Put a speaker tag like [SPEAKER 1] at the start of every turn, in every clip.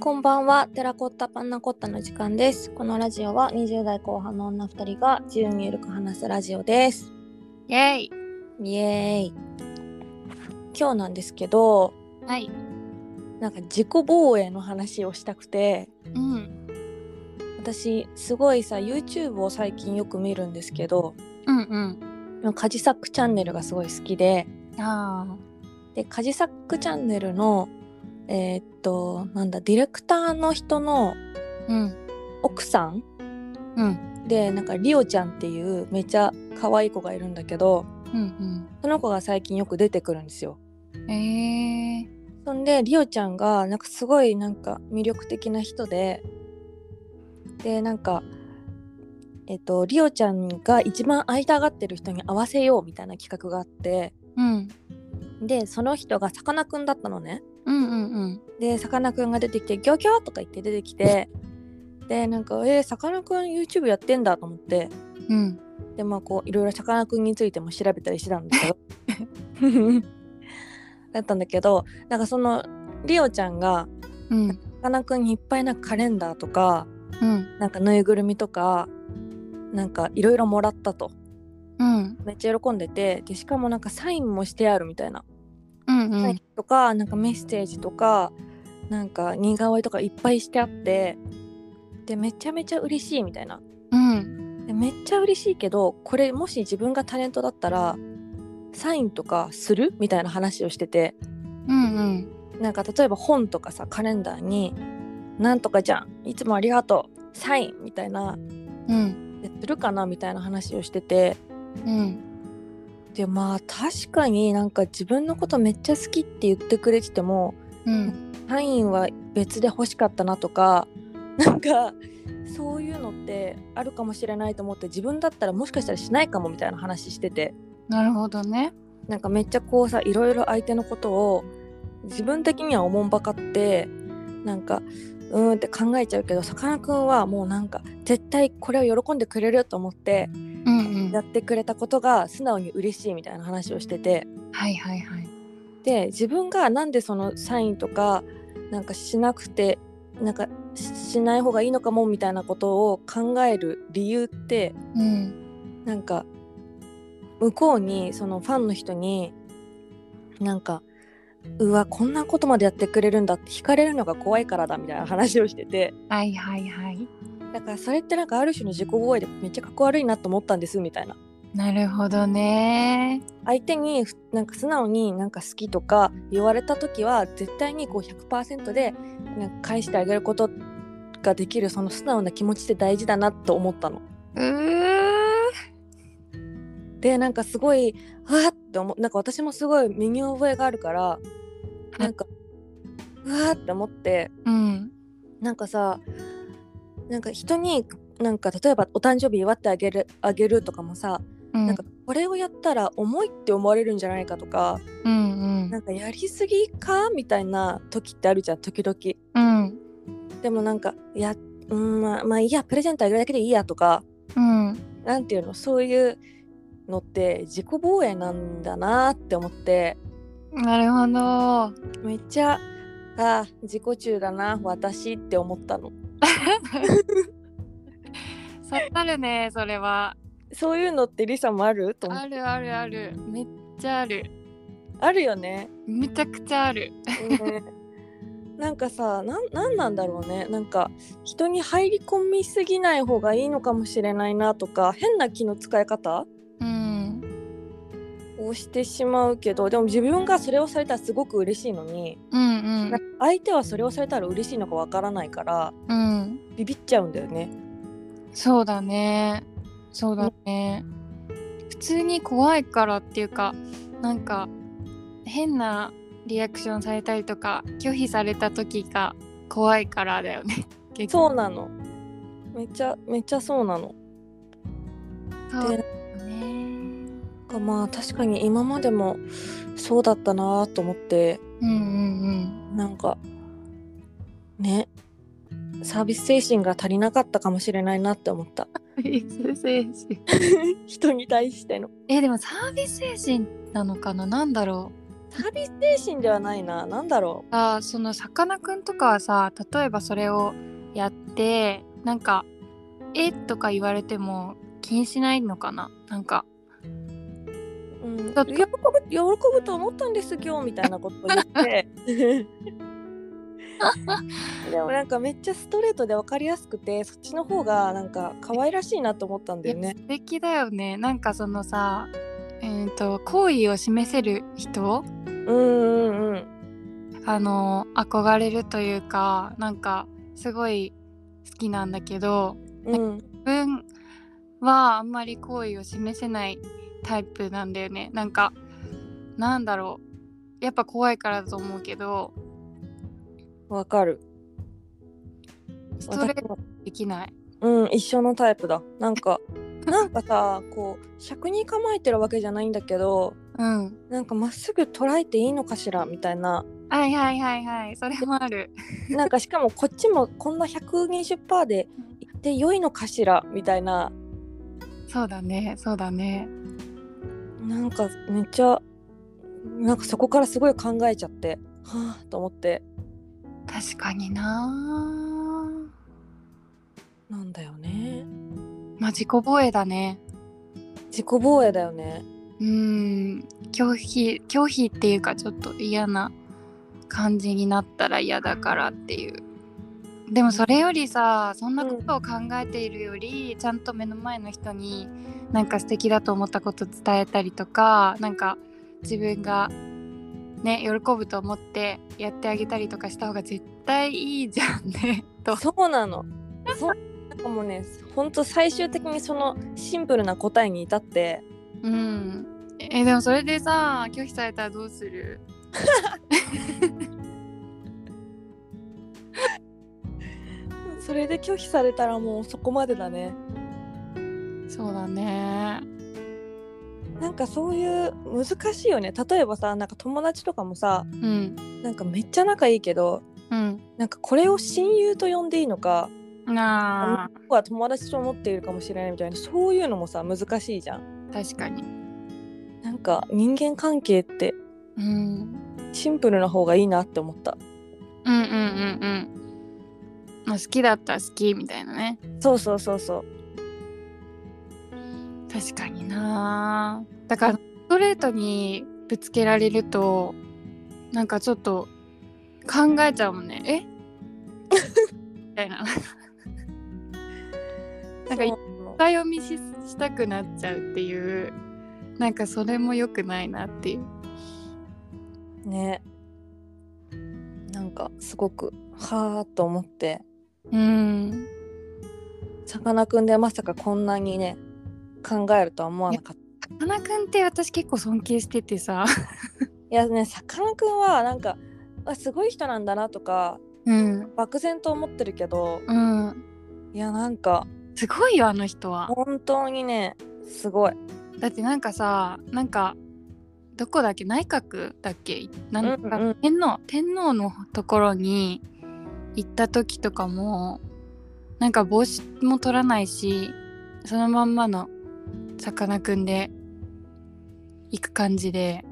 [SPEAKER 1] こんばんは、テラコッタパンナコッタの時間です。このラジオは20代後半の女2人が自由にゆるく話すラジオです。
[SPEAKER 2] イェイ
[SPEAKER 1] イエーイ。今日なんですけど、
[SPEAKER 2] はい。
[SPEAKER 1] なんか自己防衛の話をしたくて、
[SPEAKER 2] うん。
[SPEAKER 1] 私すごいさ、YouTube を最近よく見るんですけど、
[SPEAKER 2] うん
[SPEAKER 1] カジサックチャンネルがすごい好きで、
[SPEAKER 2] うん。あ
[SPEAKER 1] でカジサックチャンネルのえーっとなんだディレクターの人の
[SPEAKER 2] あ。うん。
[SPEAKER 1] 奥さん
[SPEAKER 2] うん。
[SPEAKER 1] でなんかリオちゃんっていうめちゃ可愛い子がいるんだけど
[SPEAKER 2] うん
[SPEAKER 1] その子が最近よく出てくるんですよ。
[SPEAKER 2] うん。えー。
[SPEAKER 1] そんでリオちゃんがなんかすごいなんか魅力的な人ででなんかえっとリオちゃんが一番会いたがってる人に会わせようみたいな企画があって
[SPEAKER 2] うん。
[SPEAKER 1] でその人がさかなクンだったのね。
[SPEAKER 2] うんうんうん。
[SPEAKER 1] でさかなクンが出てきて「ギョギョ!」とか言って出てきてでなんか「えー、さかなクン YouTube やってんだ」と思って
[SPEAKER 2] うん。
[SPEAKER 1] でまあこういろいろさかなクンについても調べたりしてたんだけ どだったんだけどなんかそのリオちゃんが
[SPEAKER 2] うん。
[SPEAKER 1] さかなクンにいっぱいなんかカレンダーとか
[SPEAKER 2] うん。
[SPEAKER 1] なんかぬいぐるみとかなんかいろいろもらったと
[SPEAKER 2] うん。
[SPEAKER 1] めっちゃ喜んでてでしかもなんかサインもしてあるみたいな、
[SPEAKER 2] うんう
[SPEAKER 1] サイン
[SPEAKER 2] ん。
[SPEAKER 1] とかなんかメッセージとかなんか似顔絵とかいっぱいしてあってでめちゃめちゃ嬉しいみたいな
[SPEAKER 2] うん。
[SPEAKER 1] でめっちゃ嬉しいけどこれもし自分がタレントだったらサインとかするみたいな話をしてて
[SPEAKER 2] うんうん。
[SPEAKER 1] なんか例えば本とかさカレンダーに「なんとかじゃんいつもありがとうサイン」みたいな
[SPEAKER 2] うん。
[SPEAKER 1] でするかなみたいな話をしてて
[SPEAKER 2] うん。
[SPEAKER 1] でまあ確かになんか自分のことめっちゃ好きって言ってくれてても
[SPEAKER 2] うん。
[SPEAKER 1] サインは別で欲しかったなとかなんかそういうのってあるかもしれないと思って自分だったらもしかしたらしないかもみたいな話してて。
[SPEAKER 2] なるほどね。
[SPEAKER 1] なんかめっちゃこうさいろいろ相手のことを自分的にはおもんばかってなんかうーんって考えちゃうけどさかなクンはもうなんか絶対これを喜んでくれると思って
[SPEAKER 2] うんう
[SPEAKER 1] や
[SPEAKER 2] ん。
[SPEAKER 1] ってくれたことが素直に嬉しいみたいな話をしてて
[SPEAKER 2] はいはいはい。
[SPEAKER 1] で自分がなんでそのサインとかなんかしなくてなんかししない方がいいのかもみたいなことを考える理由って
[SPEAKER 2] うん。
[SPEAKER 1] なんか向こうにそのファンの人になんかうわこんなことまでやってくれるんだって惹かれるのが怖いからだみたいな話をしてて
[SPEAKER 2] はいはいはい。
[SPEAKER 1] だからそれってなんかある種の自己防衛でめっちゃかっこ悪いなと思ったんですみたいな
[SPEAKER 2] なるほどね。
[SPEAKER 1] 相手にふなんか素直になんか好きとか言われた時は絶対にこう100%でなんか返してあげることができるその素直な気持ちって大事だなと思ったの。
[SPEAKER 2] うー。
[SPEAKER 1] でなんかすごいわーって思うなんか私もすごい身に覚えがあるからなんかうわーって思って
[SPEAKER 2] うん。
[SPEAKER 1] なんかさなんか人になんか例えばお誕生日祝ってあげるあげるとかもさ、
[SPEAKER 2] うん。
[SPEAKER 1] なんかこれをやったら重いって思われるんじゃないかとか
[SPEAKER 2] うんう
[SPEAKER 1] なん
[SPEAKER 2] ん。
[SPEAKER 1] かやりすぎかみたいな時ってあるじゃん時々
[SPEAKER 2] うん。
[SPEAKER 1] でもなんかいやうんまあまあいいやプレゼントあげるだけでいいやとか
[SPEAKER 2] うん。
[SPEAKER 1] なんていうのそういうのって自己防衛なんだなって思って
[SPEAKER 2] なるほど。
[SPEAKER 1] めっちゃあー自己中だな私って思ったの
[SPEAKER 2] 刺さるね、それは。
[SPEAKER 1] そういうのってリサもあると思って
[SPEAKER 2] あるあるある。めっちゃある。
[SPEAKER 1] あるよ ね、
[SPEAKER 2] めちゃくちゃある。
[SPEAKER 1] ねなんかさなんなんなんだろうねなんか人に入り込みすぎない方がいいのかもしれないなとか変な気の使い方
[SPEAKER 2] うん。
[SPEAKER 1] をしてしまうけどでも自分がそれをされたらすごく嬉しいのに、
[SPEAKER 2] うんう
[SPEAKER 1] なんん。か相手はそれをされたら嬉しいのかわからないから
[SPEAKER 2] うん。
[SPEAKER 1] ビビっちゃうんだよね。
[SPEAKER 2] そうだね。そうだね。普通に怖いからっていうか、なんか変なリアクションされたりとか、拒否された時が怖いからだよね。結
[SPEAKER 1] そうなのめっちゃめっちゃそうなの。
[SPEAKER 2] 構
[SPEAKER 1] で
[SPEAKER 2] ね。
[SPEAKER 1] かまあ確かに今までもそうだったなと思って
[SPEAKER 2] うんうん
[SPEAKER 1] なんかねサービス精神が足りなかったかもしれないなって思った
[SPEAKER 2] うん。サービス精神。
[SPEAKER 1] 人に対しての
[SPEAKER 2] え、でもサービス精神なのかななんだろう。
[SPEAKER 1] サービス精神ではないななんだろ
[SPEAKER 2] あーそのさかなクンとかはさ例えばそれをやってなんか「えとか言われても気にしないのかななんか
[SPEAKER 1] う、うん、
[SPEAKER 2] だ
[SPEAKER 1] 喜
[SPEAKER 2] って
[SPEAKER 1] ぶ喜ぶと思ったんです今日みたいなことを言って でもなんかめっちゃストレートで分かりやすくてそっちの方がなんか可愛らしいなと思ったん
[SPEAKER 2] い
[SPEAKER 1] だ
[SPEAKER 2] や
[SPEAKER 1] よね
[SPEAKER 2] 素敵だよねなんかそのさえーと好意を示せる人
[SPEAKER 1] うんうんうん
[SPEAKER 2] あの憧れるというかなんかすごい好きなんだけど
[SPEAKER 1] うん
[SPEAKER 2] 自分はあんまり好意を示せないタイプなんだよねなんかなんだろうやっぱ怖いからだと思うけど
[SPEAKER 1] わかる
[SPEAKER 2] ストレー
[SPEAKER 1] 私
[SPEAKER 2] ト
[SPEAKER 1] も
[SPEAKER 2] できない
[SPEAKER 1] うん一緒のタイプだなんかなんかさこう尺に構えてるわけじゃないんだけど
[SPEAKER 2] うん
[SPEAKER 1] なんかまっすぐ捉えていいのかしらみたいな
[SPEAKER 2] はいはいはいはいそれもある
[SPEAKER 1] なんかしかもこっちもこんな120%でいって良いのかしらみたいな
[SPEAKER 2] そうだねそうだね
[SPEAKER 1] なんかめっちゃなんかそこからすごい考えちゃってはあと思って
[SPEAKER 2] 確かにな
[SPEAKER 1] なんだよね
[SPEAKER 2] まあ自己防衛だね
[SPEAKER 1] 自己防衛だよね
[SPEAKER 2] うん拒否拒否っていうかちょっと嫌な感じになったら嫌だからっていうでもそれよりさそんなことを考えているより、ちゃんと目の前の人になんか素敵だと思ったこと伝えたりとかなんか自分がね喜ぶと思ってやってあげたりとかした方が絶対いいじゃんね と
[SPEAKER 1] そうなのそうなんかもうねほんと最終的にそのシンプルな答えに至って
[SPEAKER 2] うんえでもそれでさ拒否されたらどうする
[SPEAKER 1] それで拒否されたらもうそこまでだね
[SPEAKER 2] そうだね
[SPEAKER 1] なんかそういう難しいよね例えばさなんか友達とかもさ
[SPEAKER 2] うん
[SPEAKER 1] なんかめっちゃ仲いいけど
[SPEAKER 2] うん
[SPEAKER 1] なんかこれを親友と呼んでいいのか
[SPEAKER 2] なあ
[SPEAKER 1] 僕は友達と思っているかもしれないみたいなそういうのもさ難しいじゃん
[SPEAKER 2] 確かに
[SPEAKER 1] なんか人間関係って
[SPEAKER 2] うん、うん
[SPEAKER 1] シンプルな方がいいなって思った
[SPEAKER 2] うんうんうんまあ好きだったら好きみたいなね
[SPEAKER 1] そうそうそうそう
[SPEAKER 2] 確かになだからストレートにぶつけられるとなんかちょっと考えちゃうもんねえ みたいななんかい
[SPEAKER 1] そう
[SPEAKER 2] 深読みししたくなっちゃうっていうなんかそれも良くないなっていう
[SPEAKER 1] ねなんかすごくはあと思って
[SPEAKER 2] うん
[SPEAKER 1] さかなクンでまさかこんなにね考えるとは思わなかった
[SPEAKER 2] さかなクンって私結構尊敬しててさ
[SPEAKER 1] いやねさかなクンはなんかあすごい人なんだなとか
[SPEAKER 2] うん
[SPEAKER 1] 漠然と思ってるけど
[SPEAKER 2] うん
[SPEAKER 1] いやなんか
[SPEAKER 2] すごいよあの人は
[SPEAKER 1] 本当にねすごい
[SPEAKER 2] だってなんかさなんかどこだっけ内閣だっけなんか
[SPEAKER 1] うんうん
[SPEAKER 2] 天皇天皇のところに行った時とかもなんか帽子も取らないしそのまんまのさかなクンで行く感じで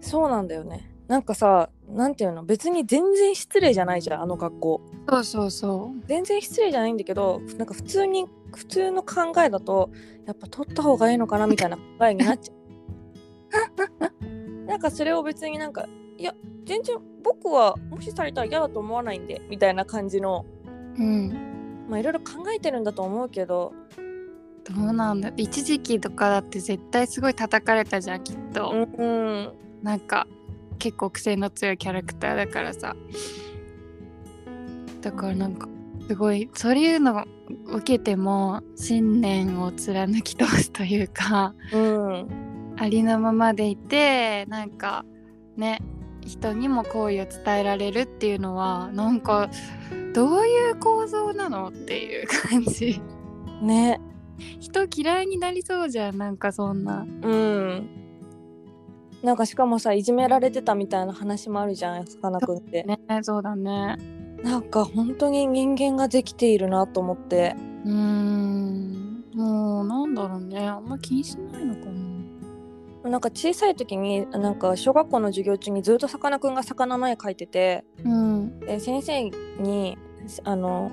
[SPEAKER 1] そうなんだよねなんかさなんていうの別に全然失礼じゃないじゃんあの格好
[SPEAKER 2] そうそうそう
[SPEAKER 1] 全然失礼じゃないんだけどなんか普通に普通の考えだとやっぱ取った方がいいのかなみたいな考えになっちゃう なんかそれを別になんかいや全然僕は無視されたら嫌だと思わないんでみたいな感じの
[SPEAKER 2] うん
[SPEAKER 1] まあいろいろ考えてるんだと思うけど
[SPEAKER 2] どうなんだ一時期とかだって絶対すごい叩かれたじゃんきっと、
[SPEAKER 1] うんうん
[SPEAKER 2] なんか結構癖の強いキャラクターだからさだからなんかすごいそういうのを受けても信念を貫き通すというか
[SPEAKER 1] うん
[SPEAKER 2] ありのままでいてなんかね人にも好意を伝えられるっていうのはなんかどういう構造なのっていう感じ
[SPEAKER 1] ね
[SPEAKER 2] 人嫌いになりそうじゃんなんかそんな
[SPEAKER 1] うんなんかしかもさいじめられてたみたいな話もあるじゃんさかなクンって、
[SPEAKER 2] ねそうだね
[SPEAKER 1] なんか本当に人間ができているなと思って
[SPEAKER 2] うーんもうなんだろうねあんま気にしないのかな
[SPEAKER 1] なんか小さい時になんか小学校の授業中にずっとさかなクンが魚の絵描いてて
[SPEAKER 2] うん
[SPEAKER 1] で先生にあの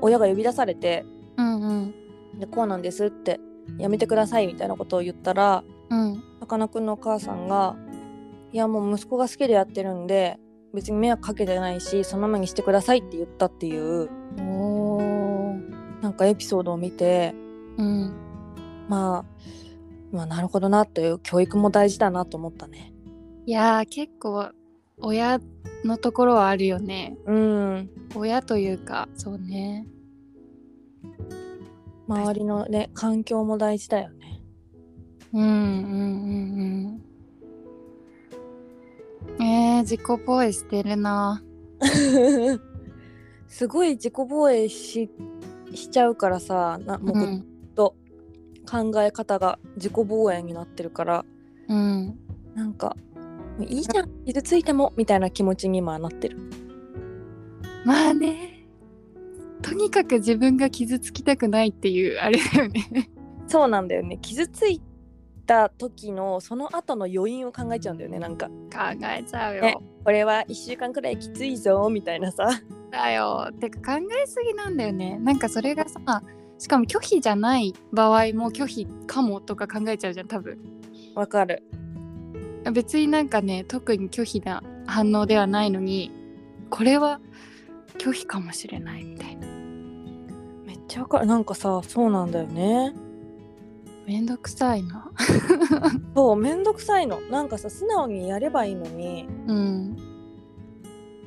[SPEAKER 1] 親が呼び出されて
[SPEAKER 2] うんうん
[SPEAKER 1] でこうなんですってやめてくださいみたいなことを言ったら
[SPEAKER 2] うん
[SPEAKER 1] さかなクンのお母さんが「いやもう息子が好きでやってるんで別に迷惑かけてないしそのままにしてください」って言ったっていう
[SPEAKER 2] おー
[SPEAKER 1] なんかエピソードを見て
[SPEAKER 2] うん
[SPEAKER 1] まあまあなるほどなという教育も大事だなと思ったね。
[SPEAKER 2] いやー結構親のところはあるよね
[SPEAKER 1] うん
[SPEAKER 2] 親というかそうね
[SPEAKER 1] 周りのね環境も大事だよね。
[SPEAKER 2] うんうんうんうんえー、自己防衛してるな
[SPEAKER 1] すごい自己防衛ししちゃうからさなもう
[SPEAKER 2] う
[SPEAKER 1] ずっ
[SPEAKER 2] ん
[SPEAKER 1] と考え方が自己防衛になってるから、
[SPEAKER 2] うん
[SPEAKER 1] なんか「もういいじゃん傷ついても」みたいな気持ちに今はなってる。
[SPEAKER 2] まあねとにかく自分が傷つきたくないっていうあれだよね
[SPEAKER 1] そうなんだよね傷ついた時のその後の余韻を考えちゃうんだよねなんか
[SPEAKER 2] 考えちゃうよ、
[SPEAKER 1] ねこれは1週間くらいきついぞみたいなさ
[SPEAKER 2] だよてか考えすぎなんだよねなんかそれがさしかも拒否じゃない場合も拒否かもとか考えちゃうじゃん多分
[SPEAKER 1] わかる
[SPEAKER 2] 別になんかね特に拒否な反応ではないのにこれは拒否かもしれないみたいな
[SPEAKER 1] めっちゃわかるなんかさそうなんだよね
[SPEAKER 2] めんどくさいな
[SPEAKER 1] そうめんどくさいのなんかさ素直にやればいいのに
[SPEAKER 2] うん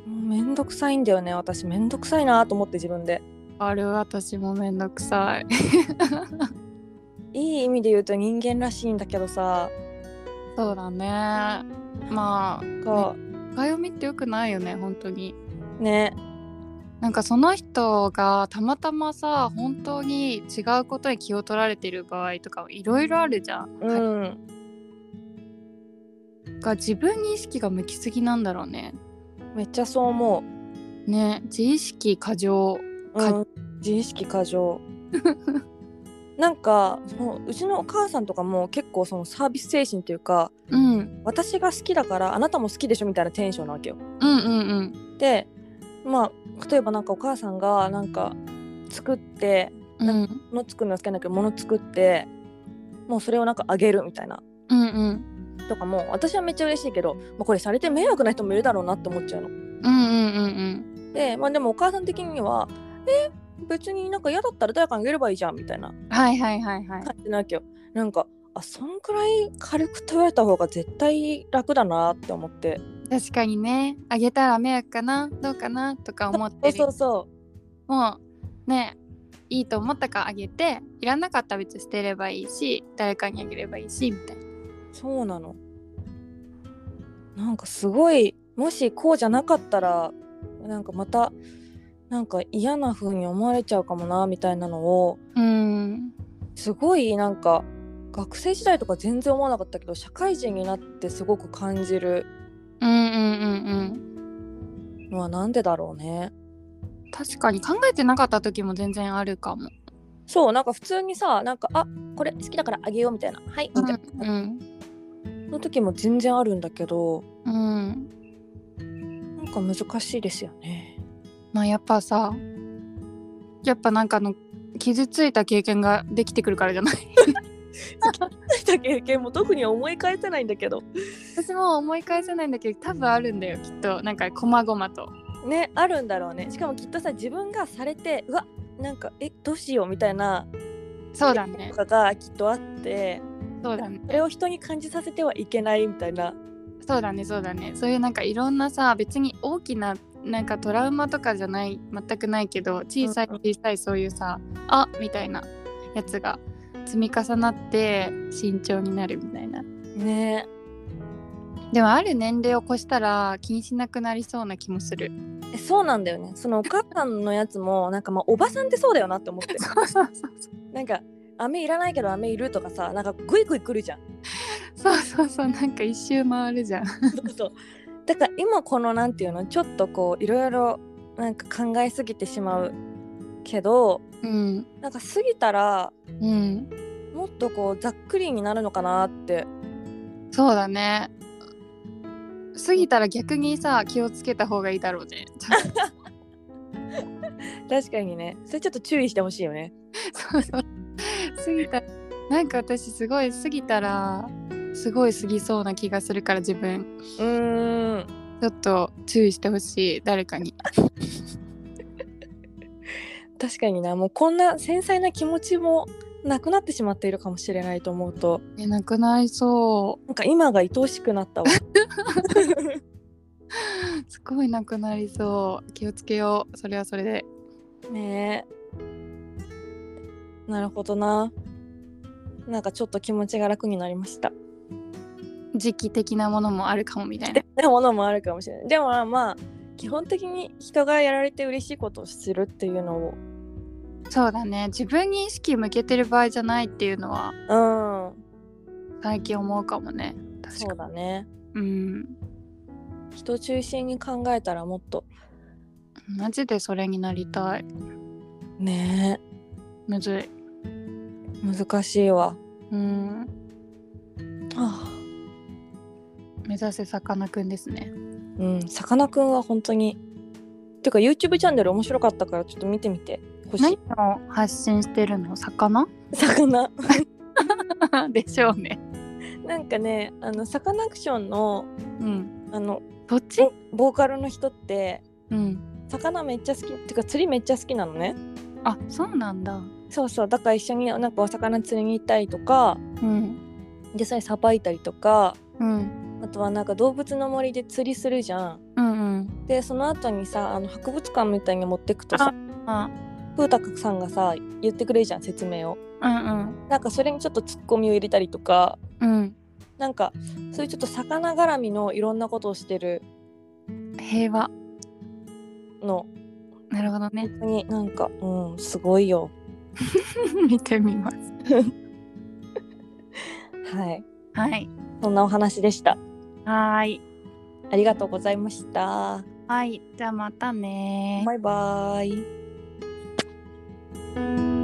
[SPEAKER 1] もうめんどくさいんだよね私めんどくさいなと思って自分で
[SPEAKER 2] あれ私もめんどくさい
[SPEAKER 1] いい意味で言うと人間らしいんだけどさ
[SPEAKER 2] そうだねまあ
[SPEAKER 1] なんか
[SPEAKER 2] 深読みってよくないよね本当に
[SPEAKER 1] ね
[SPEAKER 2] なんかその人がたまたまさ本当に違うことに気を取られてる場合とかいろいろあるじゃん、
[SPEAKER 1] うん
[SPEAKER 2] が自分に意識が向きすぎなんだろうね
[SPEAKER 1] めっちゃそう思
[SPEAKER 2] ね自意識過剰
[SPEAKER 1] う、うん自意識過 剰なんかそのうちのお母さんとかも結構そのサービス精神というか
[SPEAKER 2] うん
[SPEAKER 1] 私が好きだからあなたも好きでしょみたいなテンションなわけよ
[SPEAKER 2] うんうん
[SPEAKER 1] でまあ例えばなんかお母さんがなんか作って
[SPEAKER 2] うんうん
[SPEAKER 1] 物作るのは好きなんだけど物作ってもうそれをなんかあげるみたいな
[SPEAKER 2] うんうん
[SPEAKER 1] とかも私はめっちゃ嬉しいけど、まあ、これされて迷惑な人もいるだろうなって思っちゃうの。
[SPEAKER 2] うんうんうん
[SPEAKER 1] で、まあ、でもお母さん的にはえ別になんか嫌だったら誰かにあげればいいじゃんみたいな
[SPEAKER 2] うんはいはいはいはい
[SPEAKER 1] 感じなわけよ。なんかあそんくらい軽く取られた方が絶対楽だなって思って
[SPEAKER 2] 確かにねあげたら迷惑かなどうかなとか思って
[SPEAKER 1] そう
[SPEAKER 2] る
[SPEAKER 1] そうそ
[SPEAKER 2] もうねいいと思ったからあげていらなかったら別に捨てればいいし誰かにあげればいいしみたいな
[SPEAKER 1] うそうなの。なんかすごいもしこうじゃなかったらなんかまたなんか嫌な風に思われちゃうかもなみたいなのを
[SPEAKER 2] うん
[SPEAKER 1] すごいなんか学生時代とか全然思わなかったけど社会人になってすごく感じる
[SPEAKER 2] うんうんうん
[SPEAKER 1] のはなんでだろうね。
[SPEAKER 2] うん確かに考えてなかった時も全然あるかも。
[SPEAKER 1] そうなんか普通にさなんかあこれ好きだからあげようみたいなはいみたいな、
[SPEAKER 2] ん
[SPEAKER 1] の時も全然あるんだけど
[SPEAKER 2] うん、
[SPEAKER 1] なんか難しいですよ ね。
[SPEAKER 2] まあやっぱさやっぱなんかあの傷ついた経験ができてくるからじゃない
[SPEAKER 1] した経験も特に思い返せないんだけど
[SPEAKER 2] 私も思い返せないんだけど多分あるんだよきっとなんかこまごまと。
[SPEAKER 1] ねあるんだろうねしかもきっとさ自分がされてうわなんかえどうしようみたいな
[SPEAKER 2] そうだね
[SPEAKER 1] とかがきっとあって
[SPEAKER 2] そうだね
[SPEAKER 1] それを人に感じさせてはいけないみたいな
[SPEAKER 2] そうだねそうだねそういうなんかいろんなさ別に大きななんかトラウマとかじゃない全くないけど小さい
[SPEAKER 1] うんうん
[SPEAKER 2] 小さいそういうさあみたいなやつが積み重なって慎重になるみたいな
[SPEAKER 1] ね
[SPEAKER 2] でもある年齢を越したら気にしなくなりそうな気もする
[SPEAKER 1] えそうなんだよねそのお母さんのやつ もなんかまあおばさんってそうだよなって思って
[SPEAKER 2] そうそうそう
[SPEAKER 1] なんか飴いらないけど飴いるとかさなんかグイグイ来るじゃん
[SPEAKER 2] そうそうそうなんか一周回るじゃん
[SPEAKER 1] そうそうだから今このなんていうのちょっとこういろいろなんか考えすぎてしまうけど
[SPEAKER 2] うん
[SPEAKER 1] なんか過ぎたら
[SPEAKER 2] うん
[SPEAKER 1] もっとこうざっくりになるのかなって
[SPEAKER 2] そうだね過ぎたら逆にさ気をつけた方がいいだろうね
[SPEAKER 1] 確かにねそれちょっと注意してほしいよね
[SPEAKER 2] そうそう過ぎたなんか私すごい過ぎたらすごい過ぎそうな気がするから自分
[SPEAKER 1] うーん
[SPEAKER 2] ちょっと注意してほしい誰かに
[SPEAKER 1] 確かになもうこんな繊細な気持ちもなくなってしまっているかもしれないと思うと
[SPEAKER 2] えなくないそ
[SPEAKER 1] なんか今が愛おしくなったわ
[SPEAKER 2] うすごいなくなりそう気をつけようそれはそれで
[SPEAKER 1] ねえなるほどななんかちょっと気持ちが楽になりました
[SPEAKER 2] 時期的なものもあるかもみたいな
[SPEAKER 1] なものもあるかもしれないでもまあまあ基本的に人がやられて嬉しいことをするっていうのを
[SPEAKER 2] そうだね自分に意識向けてる場合じゃないっていうのは
[SPEAKER 1] うん
[SPEAKER 2] 最近思うかもね確か
[SPEAKER 1] そうだね
[SPEAKER 2] うん
[SPEAKER 1] 人中心に考えたらもっと
[SPEAKER 2] マジでそれになりたい
[SPEAKER 1] ね
[SPEAKER 2] むずい
[SPEAKER 1] え難しいわ
[SPEAKER 2] うん
[SPEAKER 1] あ
[SPEAKER 2] 目指せさかなクンですね
[SPEAKER 1] うんさかなクンは本当にてか YouTube チャンネル面白かったからちょっと見てみてほし
[SPEAKER 2] 何
[SPEAKER 1] い
[SPEAKER 2] を発信してるの魚
[SPEAKER 1] 魚
[SPEAKER 2] でしょうね
[SPEAKER 1] なんかねあのサカナクションの
[SPEAKER 2] うん
[SPEAKER 1] あの
[SPEAKER 2] どっち
[SPEAKER 1] ボーカルの人って
[SPEAKER 2] うん
[SPEAKER 1] 魚めっちゃ好きってか釣りめっちゃ好きなのね
[SPEAKER 2] あそうなんだ
[SPEAKER 1] そうそうだから一緒になんかお魚釣りに行ったりとか
[SPEAKER 2] うん
[SPEAKER 1] 実際さばいたりとか
[SPEAKER 2] うん
[SPEAKER 1] あとはなんか動物の森で釣りするじゃん
[SPEAKER 2] うんうん
[SPEAKER 1] でその後にさあの博物館みたいに持ってくと
[SPEAKER 2] あ
[SPEAKER 1] さ
[SPEAKER 2] あ
[SPEAKER 1] 風太さんがさ言ってくれるじゃん説明を
[SPEAKER 2] うん
[SPEAKER 1] なんかそれにちょっとツッコミを入れたりとか
[SPEAKER 2] うん
[SPEAKER 1] なんかそういうちょっと魚絡みのいろんなことをしてる
[SPEAKER 2] うん平和
[SPEAKER 1] の
[SPEAKER 2] なるほどね
[SPEAKER 1] 本当になんかうんすごいよ
[SPEAKER 2] 見てみます
[SPEAKER 1] はい
[SPEAKER 2] はい
[SPEAKER 1] そんなお話でした
[SPEAKER 2] はーい
[SPEAKER 1] ありがとうございました
[SPEAKER 2] はいじゃあまたね
[SPEAKER 1] バイバイ
[SPEAKER 2] うん